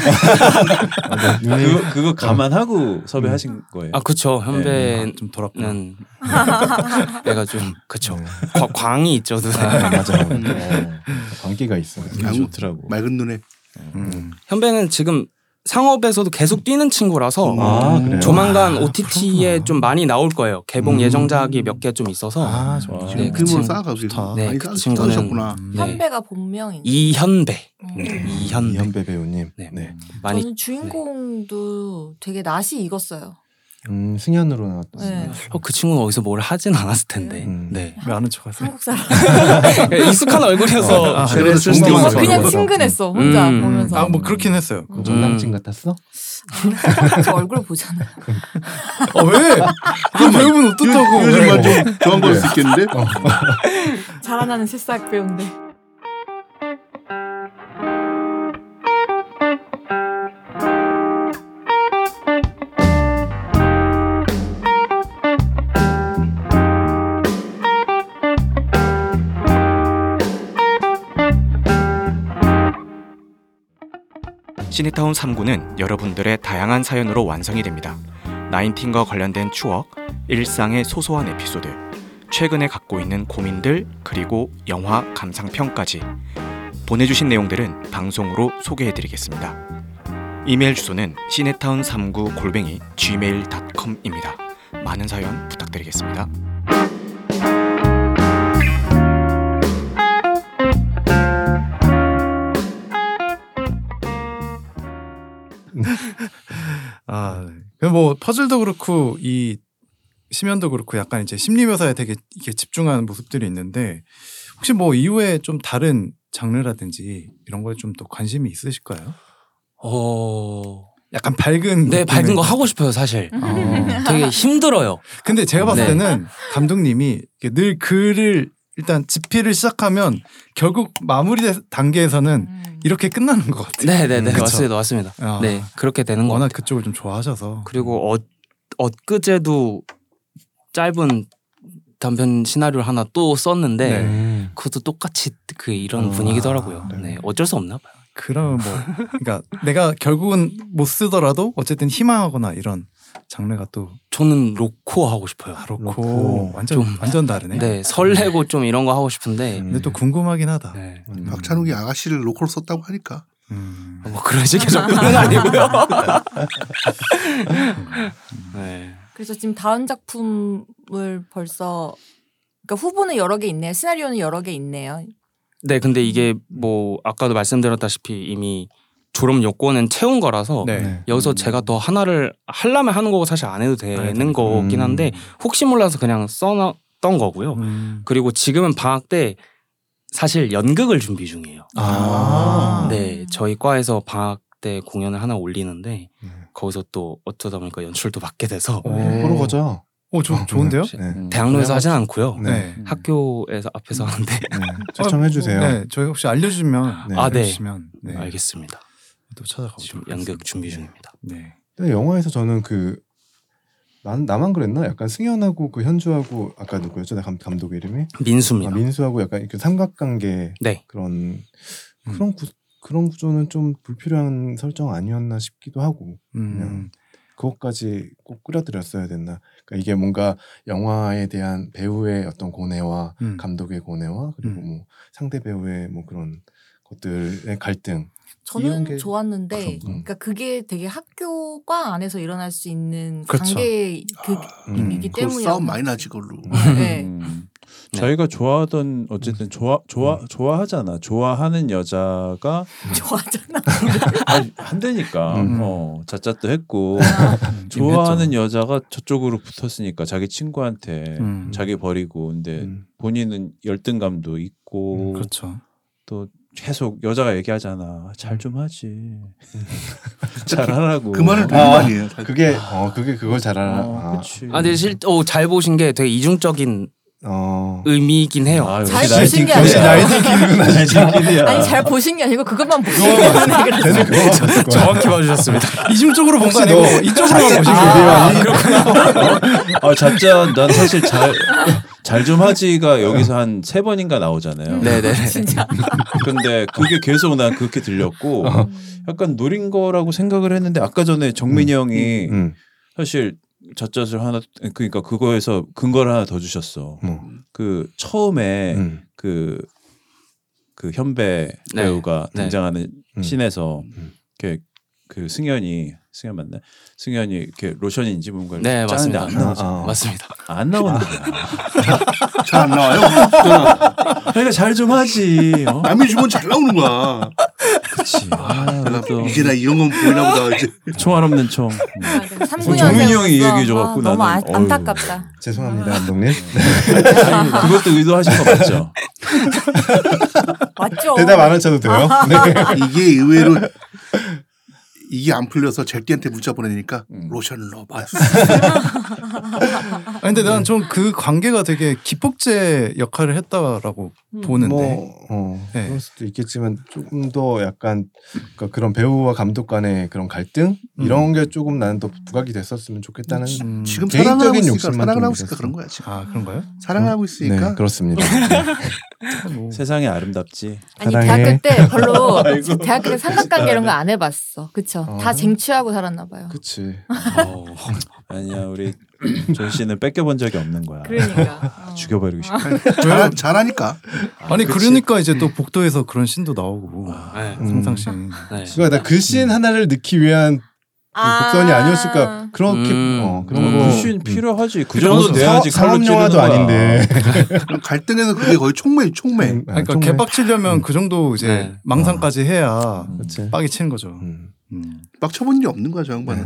아, 네. 눈이-
그거, 그거 감안하고 섭외하신 거예요.
아 그쵸
아,
현배는
좀 돌았구나.
내가 좀 그쵸
네.
과- 광이 있죠.
아, 맞아요. 어, 광기가 있어요. 음,
그게 좋더라고.
맑은 눈에
음.
현배는 지금 상업에서도 계속 뛰는
음.
친구라서
아, 그래요?
조만간 OTT에 좀 많이 나올 거예요. 개봉
음.
예정작이 몇 개 좀 있어서
아,
좋아.
네, 그
그림으로
친구-
쌓아가고
좋다.
네,
아니,
그
쌓-
친구는-
쌓으셨구나.
음.
네.
현배가 본명인. 음.
이현배, 네. 이현배
이현배 배우님.
네.
네.
많이
저는 주인공도 되게 낯이 익었어요.
음, 승현으로 나왔던.
네.
어, 그 친구는 어디서 뭘 하진 않았을 텐데.
음.
네.
왜 아는 척하세요?
한국 사람.
익숙한 얼굴이어서
아,
그랬을
그래서
수도
정도만
있어요.
뭔가
맞아,
그냥
맞아.
친근했어 혼자
음.
보면서
아, 뭐 그렇긴 했어요.
음.
전남친 같았어?
저 얼굴 보잖아요.
아, 왜? 그 배우분 어떻다고?
요즘만 좀 좋은 걸수 있겠는데?
자라나는 새싹 배우인데.
시네타운 3구는 여러분들의 다양한 사연으로 완성이 됩니다. 나인틴과 관련된 추억, 일상의 소소한 에피소드, 최근에 갖고 있는 고민들, 그리고 영화 감상평까지 보내주신 내용들은 방송으로 소개해드리겠습니다. 이메일 주소는 시네타운 3구 골뱅이 gmail.com입니다. 많은 사연 부탁드리겠습니다.
아, 그 뭐 퍼즐도 그렇고 이 심연도 그렇고 약간 이제 심리 묘사에 되게 이게 집중하는 모습들이 있는데 혹시 뭐 이후에 좀 다른 장르라든지 이런 거에 좀 더 관심이 있으실까요?
어.
약간 밝은
네,
느낌의-
밝은 거 하고 싶어요, 사실.
네.
어.
되게 힘들어요.
근데 제가 봤을
네.
때는 감독님이 이렇게 늘 글을 일단 집필을 시작하면 결국 마무리 대- 단계에서는
음.
이렇게 끝나는 것 같아요.
네, 네,
음,
네.
그쵸.
맞습니다. 맞습니다.
아,
네. 그렇게 되는 거.
워낙
같아요.
그쪽을 좀 좋아하셔서
그리고 어, 엊그제도 짧은 단편 시나리오를 하나 또 썼는데
네.
그것도 똑같이 그 이런
아,
분위기더라고요.
네.
네. 어쩔 수 없나 봐요.
그러면 뭐 그러니까 내가 결국은 못 쓰더라도 어쨌든 희망하거나 이런 장르가 또
저는 로코 하고 싶어요.
그렇고
그렇고.
완전
좀-
완전 다르네.
네. 음. 설레고 좀 이런 거 하고 싶은데
근데 또 궁금하긴 하다.
네.
음.
박찬욱이 아가씨를 로컬로 썼다고 하니까
음.
뭐 그런 식의 접근은 아니고요. 네.
그래서 지금 다음 작품을 벌써 그러니까 후보는 여러 개 있네요. 시나리오는 여러 개 있네요.
네, 근데 이게 뭐 아까도 말씀드렸다시피 이미 졸업 요건은 채운 거라서
네.
네.
여기서 제가 더 하나를 하려면 하는 거고 사실 안 해도 되는
되는
거긴 한데 혹시 몰라서 그냥 써놨던 거고요.
음.
그리고 지금은 방학 때 사실 연극을 준비 중이에요.
아.
네, 저희 과에서 방학 때 공연을 하나 올리는데
네.
거기서 또 어쩌다 보니까 연출도 받게 돼서
보러 가자.
오, 조, 어, 좋은데요?
네.
음.
네.
대학로에서 하진 않고요.
네.
학교에서 앞에서 하는데
추천해 주세요.
네, 저희 혹시 알려주면
네.
아, 네.
알려주시면 네.
알겠습니다.
또 찾아가고
지금 연극 준비 중입니다.
네.
근데 영화에서 저는 그 난, 나만 그랬나? 약간 승현하고 그 현주하고 아까 누구였죠? 감, 감독 이름이 아,
민수입니다.
민수하고 약간 그 삼각관계
네.
그런
음.
그런 구, 그런 구조는 좀 불필요한 설정 아니었나 싶기도 하고
음.
그냥. 그것까지 꼭 끌어들였어야 됐나? 그러니까 이게 뭔가 영화에 대한 배우의 어떤 고뇌와
음.
감독의 고뇌와 그리고
음.
뭐 상대 배우의 뭐 그런 것들의 갈등 이런
저는
게-
좋았는데
아, 그렇구나.
그러니까 그게 되게 학교과 안에서 일어날 수 있는
그렇죠.
관계 그
음.
이기
그
때문이라고
싸움 많이 나지 걸로.
네.
음.
네.
자기가 좋아하던 어쨌든 좋아 좋아 좋아하잖아. 좋아하는 여자가
좋아하잖아.
아니, 한다니까.
음.
어, 자짜도 했고
음,
좋아하는
했죠.
여자가 저쪽으로 붙었으니까 자기 친구한테
음.
자기 버리고 근데
음.
본인은 열등감도 있고
그렇죠.
또 계속 여자가 얘기하잖아. 잘 좀 하지. 잘하라고.
그 말을 되게
아.
많이 해요. 사실.
그게 어 그게 그걸 잘 알아
어,
아,
그치.
아, 근데 실, 오, 잘 보신 게 되게 이중적인
어.
의미이긴 해요.
아, 역시
잘
나이
보신 게
띵- 역시
아니라.
나이 띵끼는구나, 나이 띵끼야.
아니 잘 보신 게 아니고 그것만 보신 거네. 그래서.
쟤는 그거 봤을 거야.
정확히 봐주셨습니다. 뭐
이쪽으로 본거
혹시
아니고
너-
이쪽으로만 보신 거예요.
아,
아, 자짜 난 사실 잘 잘 좀 하지가 여기서 한 세 번인가 나오잖아요.
네네.
진짜.
근데 그게 계속 난 그렇게 들렸고
어.
약간 노린 거라고 생각을 했는데 아까 전에 정민이 형이
음.
사실 젖젖을 하나 그러니까 그거에서 근거를 하나 더 주셨어.
뭐.
그 처음에
음.
그, 그 현배
네.
배우가
네.
등장하는
음.
씬에서
음.
이렇게 그 승현이 승현 맞나? 승현이 이렇게 로션인지 뭔가 이렇게
네,
짜는데
맞습니다.
안 나오잖아.
아, 아.
맞습니다.
안 나오는 거야.
잘 안 나와요.
그러니까 잘 좀 하지.
아,
어?
남이 주면 잘 나오는 거야.
그렇지. 아,
내가
그래도
이제 나 이런 건 보이나 보다 이제.
총알 없는 총.
음.
음.
삼구
아, 네. 정민이 형이 이 얘기해 줘갖고
너무 아,
나는 어휴.
안타깝다.
죄송합니다 감독님
아니, 그것도 의도하신 거 맞죠?
맞죠.
대답 안 하셔도 돼요 네.
이게 의외로 이게 안 풀려서 잭디한테 문자 보내니까
음.
로션을 넣어봐.
아, 네.
아니, 근데 난 좀 그 관계가 되게 기폭제 역할을 했다라고 보는데
뭐, 어,
네.
그럴 수도 있겠지만 조금 더 약간 그러니까 그런 배우와 감독 간의 그런 갈등 이런 게 조금 나는 더 부각이 됐었으면 좋겠다는
음,
지금
개인적인
사랑을 하고 있으니까
욕심만
사랑을
좀
하고 있으니까
있었어.
그런 거야 지금.
아 그런가요?
사랑을 하고
네
있으니까
그렇습니다.
뭐,
세상이 아름답지.
아니
사랑해.
대학교 때 별로
아이고.
대학교 때 삼각관계 이런 거 안 해봤어. 그쵸?
어.
다 쟁취하고 살았나 봐요.
그치.
아니야 우리 존 씨는 뺏겨본 적이 없는 거야.
그러니까. 어.
아, 죽여버리고
아.
싶어.
잘하, 잘하니까
아니 그러니까 이제 또 복도에서 그런 신도 나오고 아,
네.
네. 음.
성상 신
네.
그러니까 나그씬
음.
하나를 넣기 위한 그
아.
복선이 아니었을까 그렇게
음.
어, 그런
그런 거
거
훨씬 필요하지. 그
그런
정도
것도
돼야지
사- 사업
칼로 찌르는
영화도
거야.
아닌데.
그럼 갈등에서 그게 거의 총매 총매.
음, 아,
그러니까
정말.
개빡치려면 그 정도 이제
네.
망상까지 해야
그치.
빡이 치는 거죠.
음.
음.
막 쳐본 일이 없는 거야 저 양반은.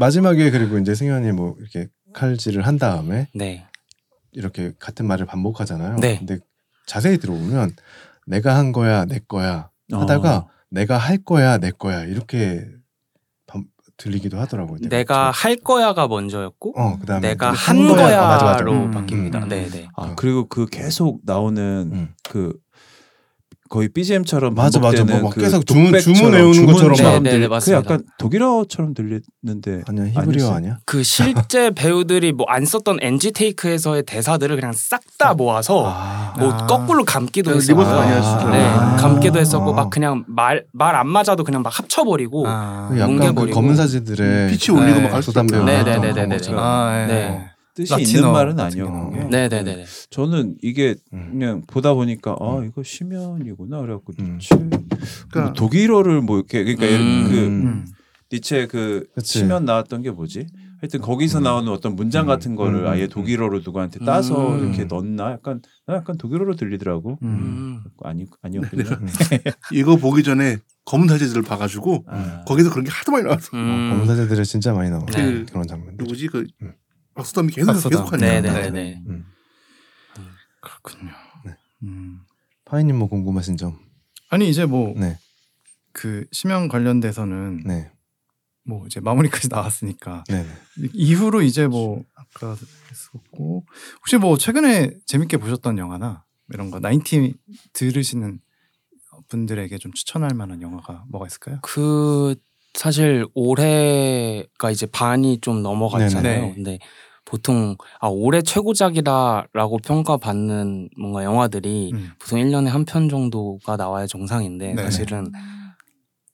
마지막에 그리고 이제 승현이 뭐 이렇게 칼질을 한 다음에
네.
이렇게 같은 말을 반복하잖아요.
네.
근데 자세히 들어보면 내가 한 거야, 내 거야 하다가
어.
내가 할 거야, 내 거야 이렇게 밤- 들리기도 하더라고요.
내가 할 거야가 먼저였고
음. 그렇죠. 어 그다음에
내가
내가
한
어, 맞아, 맞아.
거야로
음.
바뀝니다.
음.
네, 네.
아 그리고 그 계속 나오는
음.
그 거의 BGM처럼
맞아, 맞아.
반복되는
뭐막
그
계속 주문-
독백처럼,
주문 외우는
주문
것처럼
처럼
막. 네, 네, 네,
들리- 그게
맞습니다.
약간 독일어처럼 들리는데
아니야 히브리어
아니었어요?
아니야?
그 실제 배우들이 뭐 안 썼던 NG 테이크에서의 대사들을 그냥 싹 다 모아서
아,
뭐
아.
거꾸로 감기도
리버스
했었고
많이
하시더라고요.
네,
아.
감기도 했었고
아.
막 그냥 말 말 안 맞아도 그냥 막 합쳐버리고
아,
약간 그
뭉개버리고.
검은 사지들의
빛이 음, 올리고
네.
막할 수도
소담 배우
있고.
네, 네,
했던
네, 네,
그런
네.
것처럼.
아, 예.
네.
뜻이
라틴어
있는 말은
같은
아니었는 게
경우.
네, 네, 네, 네.
저는 이게
음.
그냥 보다 보니까 아
음.
이거 심연이구나 그래갖고
음.
니체 뭐
그러니까
독일어를 뭐 이렇게 그러니까 예를
음.
그
음.
니체 그
그치.
심연 나왔던 게 뭐지? 하여튼 거기서
음.
나오는 어떤 문장
음.
같은 거를
음.
아예
음.
독일어로 누구한테 따서
음.
이렇게 넣나? 약간 나 약간 독일어로 들리더라고.
음.
음.
아니 아니었군요.
네, 음. 어,
이거 보기 전에 검은 사제들을 봐가지고
아.
거기서 그런 게 하도 많이 나왔어.
어, 검은
음.
사제들의 진짜 많이 나오는
네.
그런 장면들.
누구지 그
음.
박수담이 계속
박수담.
계속 하니까.
네, 네, 네, 네.
음.
그렇군요. 음.
파이님 뭐 궁금하신 점?
아니 이제 뭐 그
네,
심형 관련돼서는
네,
뭐 이제 마무리까지 나왔으니까
네. 네.
이- 이후로 이제 뭐 아까 했었고 혹시 뭐 최근에 재밌게 보셨던 영화나 이런 거 나인티 들으시는 분들에게 좀 추천할 만한 영화가 뭐가 있을까요?
그 사실 올해가 이제 반이 좀 넘어갔잖아요.
네네.
근데 보통 아 올해 최고작이다라고 평가받는 뭔가 영화들이
음.
보통 1년에 한 편 정도가 나와야 정상인데
네네.
음.
사실은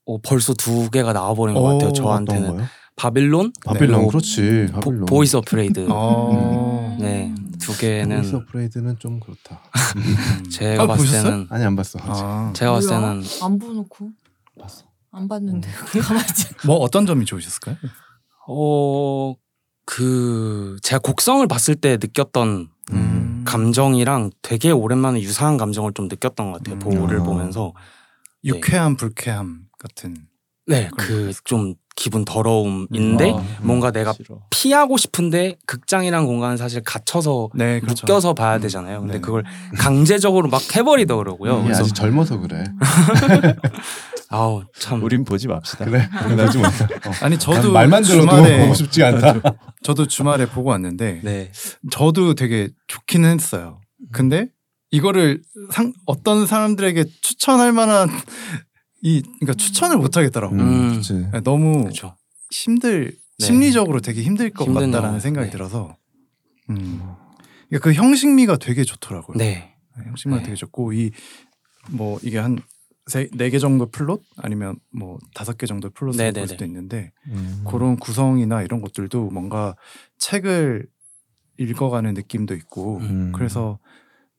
어, 벌써 두 개가 나와버린 것 같아요.
오,
어떤
저한테는
거요?
바빌론,
바빌론
네.
그렇지.
보,
바빌론.
보이스 어프레이드.
어.
네, 두
보이스
개는
오프레이드는 좀 그렇다.
음.
제가
아,
봤을
보셨어요?
때는
아니 안 봤어. 아직.
아,
제가 봤을
뭐야?
때는
안 보놓고
봤어.
안 봤는데
음.
가만히 있자.
뭐 어떤 점이 좋으셨을까요?
어, 그, 제가 곡성을 봤을 때 느꼈던
음.
감정이랑 네. 되게 오랜만에 유사한 감정을 좀 느꼈던 것 같아요.
음.
보호를
아.
보면서.
유쾌함 불쾌함 같은
네,
그런
그 좀 기분 더러움인데
아, 음.
뭔가 내가
싫어.
피하고 싶은데 극장이란 공간은 사실 갇혀서
네
묶여서 봐야
음.
되잖아요. 근데
네.
그걸 강제적으로 막 해버리더라고요.
이게
예,
음,
그래서
예, 아직 젊어서 그래.
네.
아우 참.
우린 보지 맙시다.
그래. 나지 못해. 어.
아니 저도
난 말만 들어도
주말에
보고 싶지 않다.
저도 주말에 보고 왔는데
네.
저도 되게 좋기는 했어요. 근데 이거를 상, 어떤 사람들에게 추천할 만한 이 그러니까 추천을 못 하겠더라고. 요 네,
음.
그치.
너무
그렇죠.
힘들
네.
심리적으로 되게 힘들 것
힘든
같다라는
영화.
생각이
네.
들어서 음. 그러니까 그 형식미가 되게 좋더라고요.
네.
형식미가
네.
되게 좋고 이 뭐 이게 한네개 정도 플롯 아니면 뭐 다섯 개 정도 플롯을
네네네.
볼 수도 있는데
음.
그런 구성이나 이런 것들도 뭔가 책을 읽어가는 느낌도 있고
음.
그래서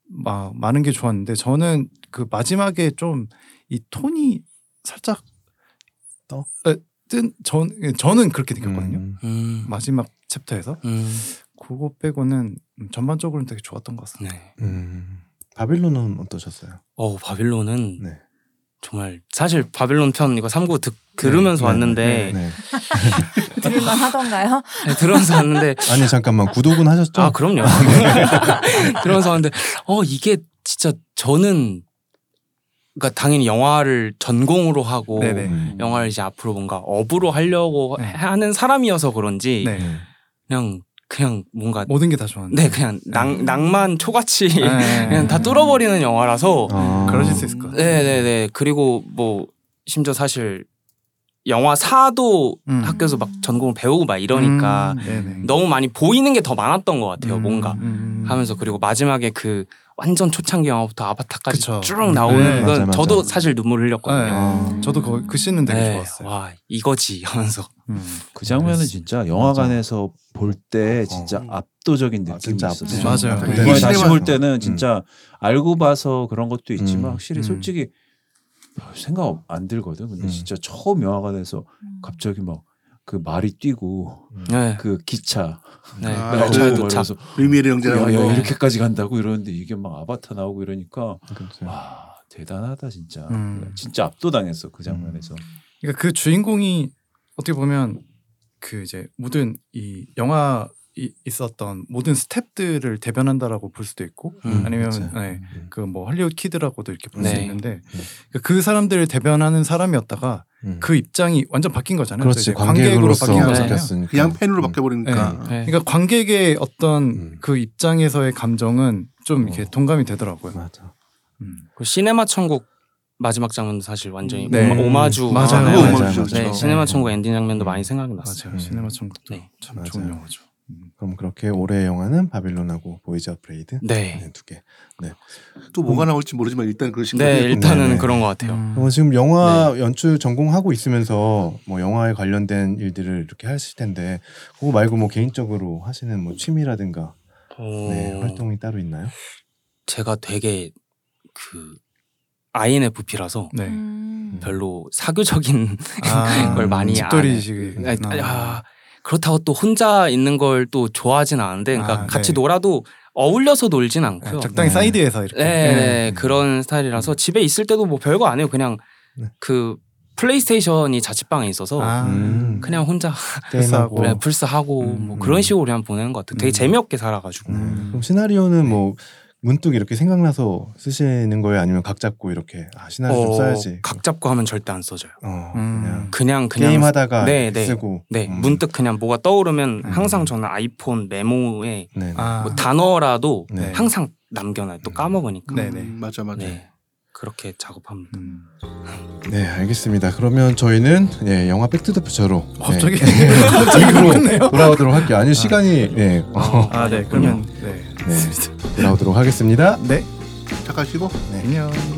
막 많은 게 좋았는데 저는 그 마지막에 좀 이 톤이 살짝
떠?
에, 뜬 전, 예, 저는 그렇게 느꼈거든요.
음.
음.
마지막 챕터에서
음.
그거 빼고는 음, 전반적으로는 되게 좋았던 것 같습니다.
네.
음. 바빌론은 어떠셨어요?
어 바빌론은
네.
정말 사실 바빌론 편 이거 3구 듣, 들으면서
네,
왔는데
네, 네.
들을만 하던가요?
네, 들으면서 왔는데
아니 잠깐만 구독은 하셨죠?
아 그럼요 들으면서 왔는데 어 이게 진짜 저는 그러니까 당연히 영화를 전공으로 하고
네네.
음.
영화를 이제 앞으로 뭔가 업으로 하려고
네.
하는 사람이어서 그런지
네.
음.
그냥 그냥 뭔가
모든 게 다 좋았는데.
네 그냥 낭 낭만 초같이
네. 음.
그냥 다 뚫어버리는 영화라서
아.
그러실 수 있을 것 같아요.
네네네 그리고 뭐 심지어 사실 영화 사도
음.
학교에서 막 전공을 배우고 막 이러니까
음, 네네.
너무 많이 보이는 게 더 많았던 것 같아요
음,
뭔가
음, 음.
하면서 그리고 마지막에 그 완전 초창기 영화부터 아바타까지
그쵸.
쭉 나오는
네,
건
맞아, 맞아.
저도 사실 눈물 흘렸거든요.
어,
네. 저도 그,
음.
그 씬은 되게
네,
좋았어요.
와 이거지 하면서
음.
그 장면은
그랬어.
진짜 영화관에서 볼 때 진짜
음.
압도적인 느낌이
아, 진짜
있었어요.
압도적인
어. 맞아요.
느낌.
이걸
이
다시
시대만-
볼 때는 진짜 알고 봐서 그런 것도 있지만
음.
확실히
음.
솔직히 별 생각 안 들거든. 근데
음.
진짜 처음 영화관에서 갑자기 막 그 말이 뛰고
음.
네,
그 기차
네.
그러니까
아,
열차에
나오고
도착.
이러면서
의미를
야,
영재라고
야,
거.
이렇게까지 간다고 이러는데 이게 막 아바타 나오고 이러니까
그렇죠.
와 대단하다 진짜
음.
진짜 압도당했어 그 장면에서
그러니까 그 주인공이 어떻게 보면 그 이제 모든 이 영화 이 있었던 모든 스탭들을 대변한다라고 볼 수도 있고
음,
아니면
그치.
네, 그뭐 할리우드 키드라고도 이렇게 볼 수
네.
있는데 그러니까 그 사람들을 대변하는 사람이었다가
음.
그 입장이 완전 바뀐 거잖아요.
그렇지
이제
관객으로서
바뀐
거잖아요.
바뀌었으니까
그냥
음.
팬으로 바뀌어버리니까
네.
네.
그러니까 관객의 어떤
음.
그 입장에서의 감정은 좀 이렇게
어.
동감이 되더라고요.
맞아.
음.
그 시네마 천국 마지막 장면도 사실 완전히
네.
오마, 오마주
맞아요.
네,
그거
맞아요,
오마주죠.
맞아요.
네,
그렇죠.
시네마 천국 엔딩
음.
장면도 많이 생각이 났어요.
맞아요.
음.
시네마 천국도
네.
참
맞아요.
좋은 영화죠. 음.
그럼 그렇게 올해의 영화는 바빌론하고 보이즈 어프레이드
네,
네, 두 개.
또 뭐가 나올지 모르지만 일단 그러신
네
거예요.
일단은
네.
그런 것 같아요.
음.
어, 지금 영화 연출 전공하고 있으면서 뭐 영화에 관련된 일들을 이렇게 하실 텐데 그거 말고 뭐 개인적으로 하시는 뭐 취미라든가
어,
네, 활동이 따로 있나요?
제가 되게 그 INFP라서
네.
음.
별로 사교적인
아,
걸 많이
집돌이식이
네.
아니, 아니, 아, 그렇다고 또 혼자 있는 걸 또 좋아하진 않은데, 그러니까
아,
같이
네.
놀아도 어울려서 놀진 않고요.
적당히
네. 음.
사이드에서 이렇게
그렇죠. 네, 네, 그런 스타일이라서 집에 있을 때도 뭐 별거 안 해요. 그냥
네.
그 플레이스테이션이 자취방에 있어서
아,
음.
그냥 혼자
게임하고.
뭐.
그냥 불스하고 뭐
음.
그런 식으로 그냥 보내는 것 같아요.
음.
되게 재미없게 살아가지고.
네.
음.
그럼 시나리오는 뭐 문득 이렇게 생각나서 쓰시는 거예요? 아니면 각 잡고 이렇게 아 시나리오 좀
어,
써야지.
각 잡고 하면 절대 안 써져요.
어,
음.
그냥
그냥 그냥
게임 하다가
네, 네.
쓰고.
네
음.
문득 그냥 뭐가 떠오르면
음.
항상 저는 아이폰 메모에
네. 네.
아,
뭐 단어라도
네. 음.
항상 남겨놔요. 또 까먹으니까.
네.
네. 맞아 맞아.
네. 그렇게 작업합니다.
음.
네, 알겠습니다. 그러면 저희는 예, 영화 백투더퓨처로
어, 갑자기
네. 으로
끝내요?
돌아오도록 할게요. 아니 시간이 예, 어,
아, 네. 그러면 네.
네, 돌아오도록 하겠습니다.
네.
착하시고
안녕.